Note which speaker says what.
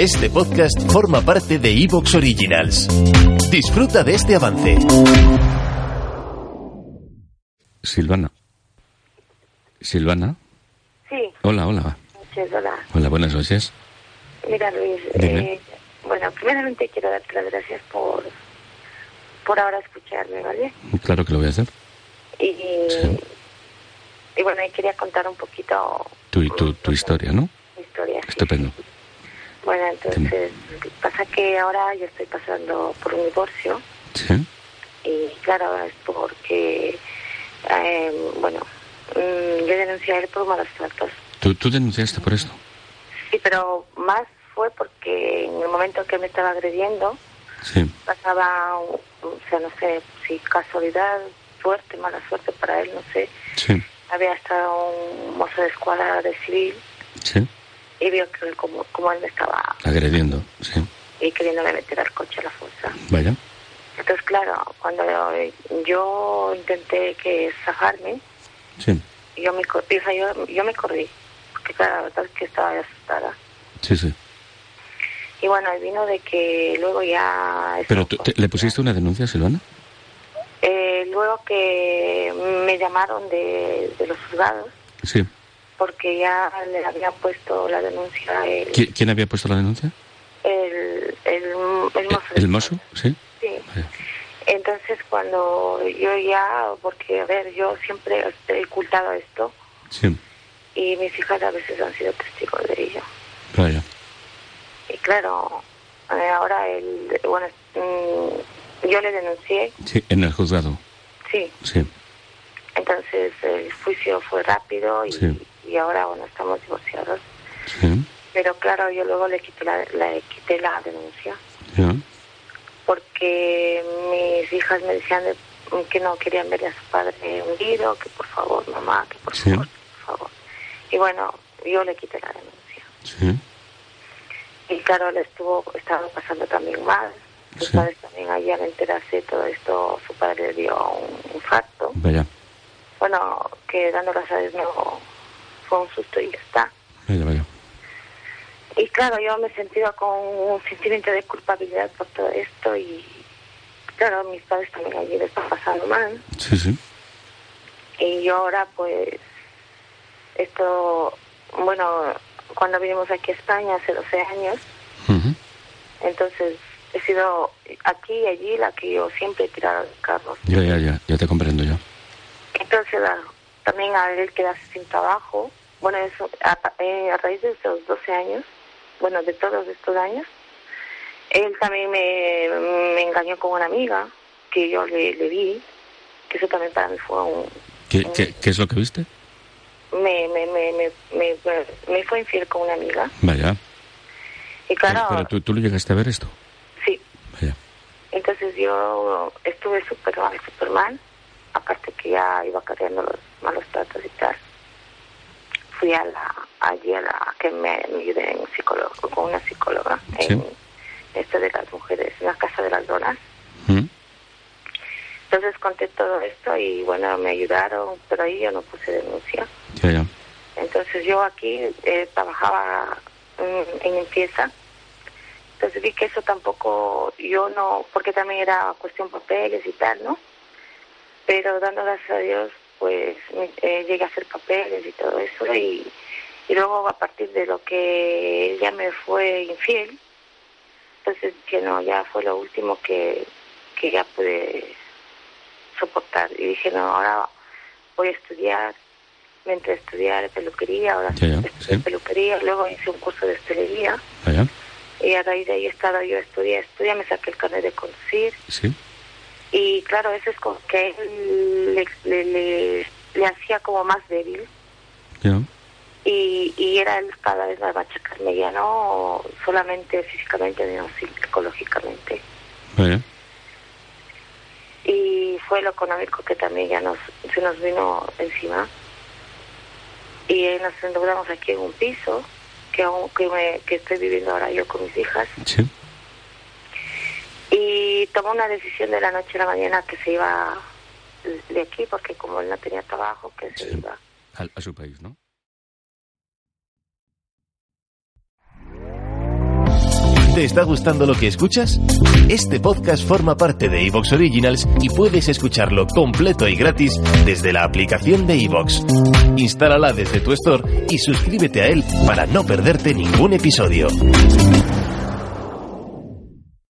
Speaker 1: Este podcast forma parte de Evox Originals. Disfruta de este avance.
Speaker 2: Silvana. Silvana.
Speaker 3: Sí,
Speaker 2: Hola, hola.
Speaker 3: noches, hola.
Speaker 2: Hola, buenas noches.
Speaker 3: Mira, Luis,
Speaker 2: Dime.
Speaker 3: eh, bueno, primeramente quiero darte las gracias por, por ahora escucharme, ¿vale?
Speaker 2: Claro que lo voy a hacer.
Speaker 3: Y,
Speaker 2: Sí.
Speaker 3: y bueno, y quería contar un poquito...
Speaker 2: Tu, tu, tu historia, ¿no?
Speaker 3: Mi historia, sí.
Speaker 2: Estupendo.
Speaker 3: Bueno, entonces, pasa que ahora yo estoy pasando por un divorcio
Speaker 2: Sí.
Speaker 3: y claro, es porque, eh, bueno, mm, yo denuncié a él por malos tratos.
Speaker 2: Tú, tú denunciaste por esto.
Speaker 3: Sí, pero más fue porque en el momento que me estaba agrediendo...
Speaker 2: Sí.
Speaker 3: pasaba, o sea, no sé si casualidad, suerte, mala suerte para él, no sé.
Speaker 2: Sí.
Speaker 3: Había estado un mozo de escuadra de civil
Speaker 2: Sí.
Speaker 3: y vio que él, como, como él me estaba
Speaker 2: Agrediendo. Sí.
Speaker 3: y queriéndome meter al coche a la fuerza.
Speaker 2: Vaya.
Speaker 3: Entonces, claro, cuando yo intenté que zafarme,
Speaker 2: Sí.
Speaker 3: yo me, cor- o sea, yo, yo me corrí, porque claro, la verdad es que estaba asustada.
Speaker 2: Sí, sí.
Speaker 3: Y bueno, y vino de que luego ya...
Speaker 2: Pero tú, te- ¿le pusiste una denuncia, Silvana?
Speaker 3: Eh, luego que me llamaron de, de los juzgados,
Speaker 2: Sí.
Speaker 3: porque ya le habían puesto la denuncia el,
Speaker 2: ¿Qui- ¿Quién había puesto la denuncia?
Speaker 3: el, el, el mozo.
Speaker 2: ¿El mozo? Sí.
Speaker 3: Sí.
Speaker 2: Vaya.
Speaker 3: Entonces cuando yo ya, porque a ver, yo siempre he ocultado esto
Speaker 2: Sí.
Speaker 3: y mis hijas a veces han sido testigos de ello.
Speaker 2: Vaya.
Speaker 3: Y claro, eh, ahora el, bueno, mm, yo le denuncié,
Speaker 2: Sí, en el juzgado.
Speaker 3: sí.
Speaker 2: Sí.
Speaker 3: Entonces el juicio fue rápido y,
Speaker 2: Sí.
Speaker 3: y ahora, bueno, estamos divorciados.
Speaker 2: Sí.
Speaker 3: Pero claro, yo luego le quité la, le quité la denuncia.
Speaker 2: Ya.
Speaker 3: porque mis hijas me decían de- que no querían ver a su padre hundido, que por favor, mamá, que por
Speaker 2: Sí.
Speaker 3: favor, que por favor. Y bueno, yo le quité la denuncia.
Speaker 2: Sí.
Speaker 3: Y claro, le estuvo, estaba pasando también mal. Sus
Speaker 2: Sí.
Speaker 3: padres también ayer enterarse de todo esto, su padre le dio un infarto.
Speaker 2: Vaya.
Speaker 3: Bueno, que dando las aves no fue un susto y ya está.
Speaker 2: Vaya, vaya.
Speaker 3: Y claro, yo me sentía con un sentimiento de culpabilidad por todo esto y claro, mis padres también allí le están pasando mal.
Speaker 2: Sí, sí.
Speaker 3: Y yo ahora, pues, esto, bueno, cuando vinimos aquí a España hace 12 años,
Speaker 2: Ujú.
Speaker 3: entonces he sido aquí y allí la que yo siempre he tirado de carros.
Speaker 2: Ya, ya, ya. Ya te comprendo yo.
Speaker 3: Entonces, ah, también a él quedarse sin trabajo, bueno, eso, a, pa- eh, a raíz de esos 12 años, bueno, de todos estos años, él también me, me engañó con una amiga que yo le, le vi, que eso también para mí fue un,
Speaker 2: ¿Qué, qué, qué es lo que viste?
Speaker 3: me, me, me, me, me, me fue infiel con una amiga.
Speaker 2: Vaya.
Speaker 3: Y claro,
Speaker 2: Pero tú, tú lo llegaste a ver esto.
Speaker 3: sí.
Speaker 2: Vaya.
Speaker 3: Entonces yo estuve súper mal, súper mal. Aparte que ya iba cargando los malos tratos y tal. Fui a la, allí a la que me, me ayudé en psicólogo, con una psicóloga.
Speaker 2: Sí.
Speaker 3: En esto de las mujeres, en la casa de las donas.
Speaker 2: ¿Mm?
Speaker 3: Entonces conté todo esto y bueno, me ayudaron, pero ahí yo no puse denuncia.
Speaker 2: Ya, ya.
Speaker 3: Entonces yo aquí eh, trabajaba mm, en limpieza. Entonces vi que eso tampoco, yo no, porque también era cuestión papeles y tal, ¿no? Pero dando gracias a Dios, pues me- eh, llegué a hacer papeles y todo eso. Y, y luego a partir de lo que él ya me fue infiel, entonces que no, ya fue lo último que, que ya pude soportar. Y dije, no, ahora voy a estudiar, me entré a estudiar peluquería, ahora
Speaker 2: Ya, ya,
Speaker 3: estudié
Speaker 2: sí.
Speaker 3: peluquería, luego hice un curso de hostelería
Speaker 2: Vaya.
Speaker 3: y a raíz de ahí he estado yo estudié, estudié, me saqué el carnet de conducir
Speaker 2: Sí.
Speaker 3: y claro, eso es como que él le, le, le- le hacía como más débil
Speaker 2: Ya.
Speaker 3: y, y era él cada vez más machacarme, ya no solamente físicamente, sino psicológicamente.
Speaker 2: Vale.
Speaker 3: Y fue lo económico que también ya nos, se nos vino encima. Y eh, nos endeudamos aquí en un piso que, aún- que, me- que estoy viviendo ahora yo con mis hijas.
Speaker 2: Sí.
Speaker 3: Y tomó una decisión de la noche a la mañana que se iba de aquí, porque como él no tenía trabajo, que se
Speaker 2: Sí.
Speaker 3: iba.
Speaker 2: Al- a su país, ¿no?
Speaker 1: ¿Te está gustando lo que escuchas? Este podcast forma parte de Evox Originals y puedes escucharlo completo y gratis desde la aplicación de Evox. Instálala desde tu store y suscríbete a él para no perderte ningún episodio.